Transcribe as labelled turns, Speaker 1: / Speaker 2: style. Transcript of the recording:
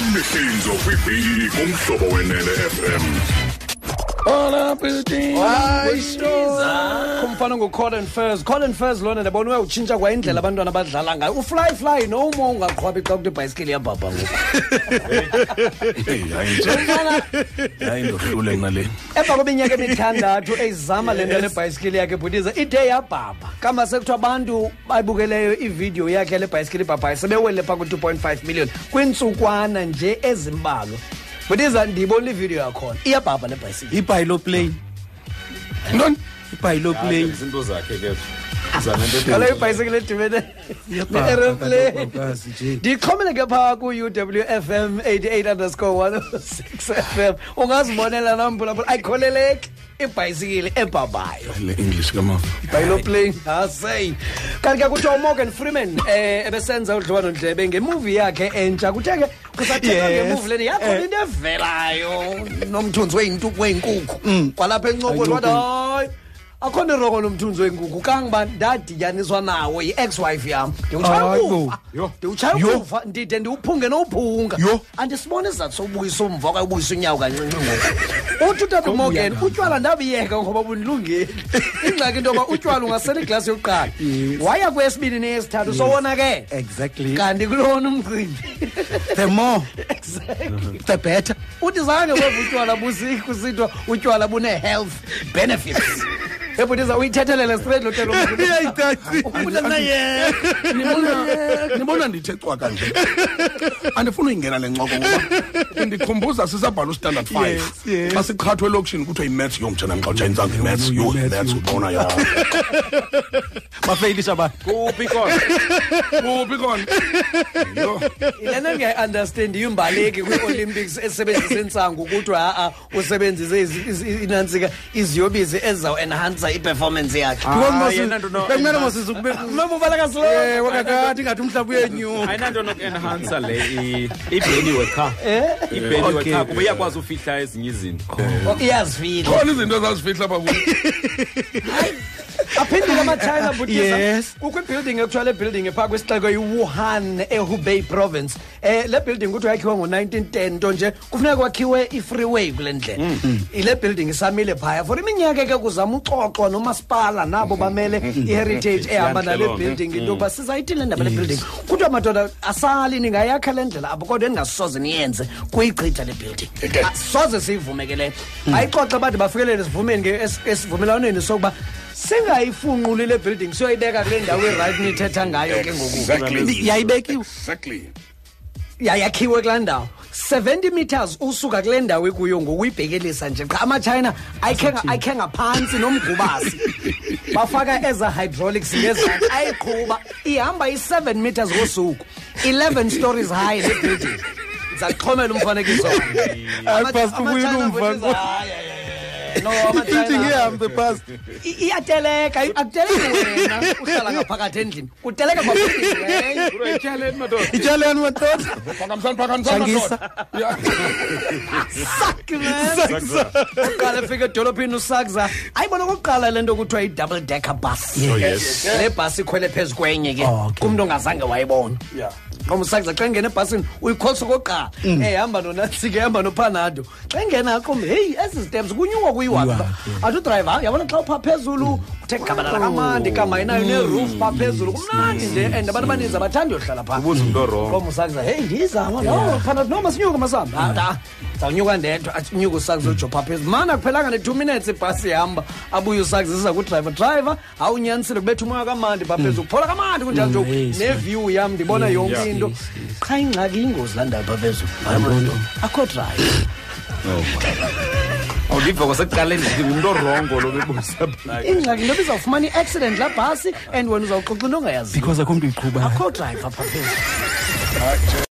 Speaker 1: umsizo kwibhili kumhlobo wenene fm
Speaker 2: kumfana ngucolin furs colin furs lona ndabona uyawutshintsha kwa indlela abantwana abadlala ngayo ufly fly no more ungaqhwabi xa kuthi ibhayisikili iyabhabha ngoku
Speaker 3: hayi ndohlule nale
Speaker 2: emva kweminyaka emithandathu eyizama le nto lebhayisikili yakhe bhutiza ide yabhabha kama sekuthiwa abantu bayibukeleyo ividiyo yakhe yale bhayisikili ibhabhayo sebewele phaa ku-2 5 million kwiintsukwana nje ezimbalwa bhutiza ndiyibona ividiyo yakhona iyabhabha le bhayisikili
Speaker 3: ibhayiloplayini ntoni ibhayiloplayini
Speaker 4: izinto zakhe ke zanento
Speaker 2: kaloku ibhayisikile edibene ne-aeroplane ndixhomele ke phaa ku-uwfm 88 underscore 106 fm ungazibonela namphulaphula ayikholeleki ibhayisikile ebhabhayo
Speaker 3: le english kamafa
Speaker 2: bayiloplane haseyi kanti ke kuthiwa umorgan freeman eh ebesenza udliwanondlebe ngemuvi yakhe entsha kuthe ke kusathethwa
Speaker 3: Yes. Eh.
Speaker 2: ngemuvi leni yakhona into evelayo nomthunzi weyintu-
Speaker 3: Mm.
Speaker 2: weyinkukhu kwalapha encokweni wathi hayi akho nto iroko nomthunzi weyinkukhu kangoba ndadityaniswa nawo yi-ex wife yam ndiwutshaya
Speaker 3: Hayi bo.
Speaker 2: ukufa ndiwutshaya
Speaker 3: Yho.
Speaker 2: ukufa ndide ndiwuphunge nowuphunga
Speaker 3: Yho.
Speaker 2: andisiboni isizathu sowubuyisa umva okanye ubuyisa unyawo kancinci ngoku uthi utata morgan utywala ndabiyeka ngoba bundilungeli ingxaki into yoba utywala ungasela iglasi yokuqala waya kwesibini neyesithathu sowona ke
Speaker 3: exactly
Speaker 2: kanti kulona umcimbi
Speaker 3: the more the better
Speaker 2: uthi zange kweva utywala busikusithiwa utywala bune-health benefits ebhutiza uyithethelele straight lotelo
Speaker 3: nibona ndithe cwaka nje andifuna uyingena le ncoko ngoba indikhumbuza sisabhala ustandard five xa siqhathwe elokishini kuthiwa imats yomtshanam xa utshayintsanga imats yoimats ubona ya bafeyilisha abantu
Speaker 4: kuphi khona
Speaker 3: kuphi kona Yho.
Speaker 2: yile nto ndingayiunderstandiyo imbaleki kwii-olympics esebenzisa intsangu kuthiwa ha-a usebenzise izi- izi- inantsika iziyobisi ezizawuenhansa iperformance yakhe
Speaker 3: Ah,
Speaker 4: Hayi, ayinanto no-
Speaker 3: bekumele mosisi kube
Speaker 2: mamuvalakasiloe
Speaker 3: wakakati ngathi umhlawumbi uyenyuka
Speaker 4: ayinanto nokuenhansa le i- Eh? ibheliwe qha ibheliwe qha kuba iyakwazi ufihla ezinye izinto
Speaker 2: iyazifila
Speaker 3: khona izinto ezazifihla apha kuyo
Speaker 2: aphindile amachina butisa
Speaker 3: Yes.
Speaker 2: kukho ibuilding ekuthiwa le building ephaa kwisixeko iwuhan ehubei province um le building kuthiwa yakhiwe ngo-1910 nto nje kufuneka kwakhiwe i-freeway kule ndlela Mm. ile building isamile phaya for iminyaka ke kuzama uxoxwa nomasipala nabo bamele i-heritage ehamba nale
Speaker 4: Yantlelonke.
Speaker 2: building into yokuba sizayithini le ndaba le building kuthiwa madoda asali ningayakha le ndlela apho kodwa endingasoze niyenze kuyichitha le building Ah, soze siyivumekeleyo ayixoxe abantu bafikelele esivumeni ke- es- esivumelwaneni sokuba singayifunquli le building siyoyibeka kule ndawo irayithi nithetha ngayo ke ngoku
Speaker 1: exactly
Speaker 3: yayibekiwe
Speaker 1: exactly
Speaker 2: yayakhiwe kulaa ndawo 70 meters usuka kule ndawo ekuyo ngokuyibhekelisa nje qha amatshayina ayikhe- ayikhe ngaphantsi nomgubasi bafaka eza hydraulics ngezantsi ayiqhuba ihamba i-7 meters ngosuku 11 stories high le building ndizaxhomela umfanekiso
Speaker 3: Hayi, Pastor, kuyini umfane- ihambe phasi
Speaker 2: iyateleka akuteleki wena uhlala ngaphakathi endlini kuteleka kwaeyo
Speaker 4: uyityaleni madoda
Speaker 3: ityaleni madoda
Speaker 1: phakamisani phakamisani
Speaker 3: Shangisa.
Speaker 2: Suck, man. uqala efika edolophini usakza ayibona okokuqala le nto kuthiwa i-double decker bus le bhasi ikhwele phezu kwenye ke kumntu ongazange wayibona omsakza xa engena ebhasini uyikhosa okokuqala Eh, ehamba nonatsike ehamba nophanado xa engena aqombe heyi ezi steps kunyuka kuyiwapha athi udrayiva "Hayi, yabona xa upha phezulu kuthe gabalala kamandi kamayinayo neroof pha phezulu kumnandi nje and abantu abaninzi abathandi yohlala phaa
Speaker 4: ubuza umntu orongo
Speaker 2: komusakuza heyi ndiyizama nophanda no masinyuke masihamba zawunyuka Ah, ndedwa atsinyuka usakuza ujopha phezulu mana kuphelanga ne-two minutes ibhasi ihamba abuye usakuza siza kudrayiva drayiva awunyanisile kubetha umoya kamandi pha phezulu kuphola kamandi kunjalo njoku neview yam ndibona yonke into qha ingxaki yingozi landayo pha phezulu Hayibo, akho drayiva
Speaker 4: awuliva kwasekuqaleni ndithi ngumntu orongo lo bebuza
Speaker 2: ingxaki into bizawufumana i-accident laa bhasi and wena uzawuxoxa into ongayaziyo
Speaker 3: because akho mntu uyiqhubayo
Speaker 2: akho drayiva pha phezulu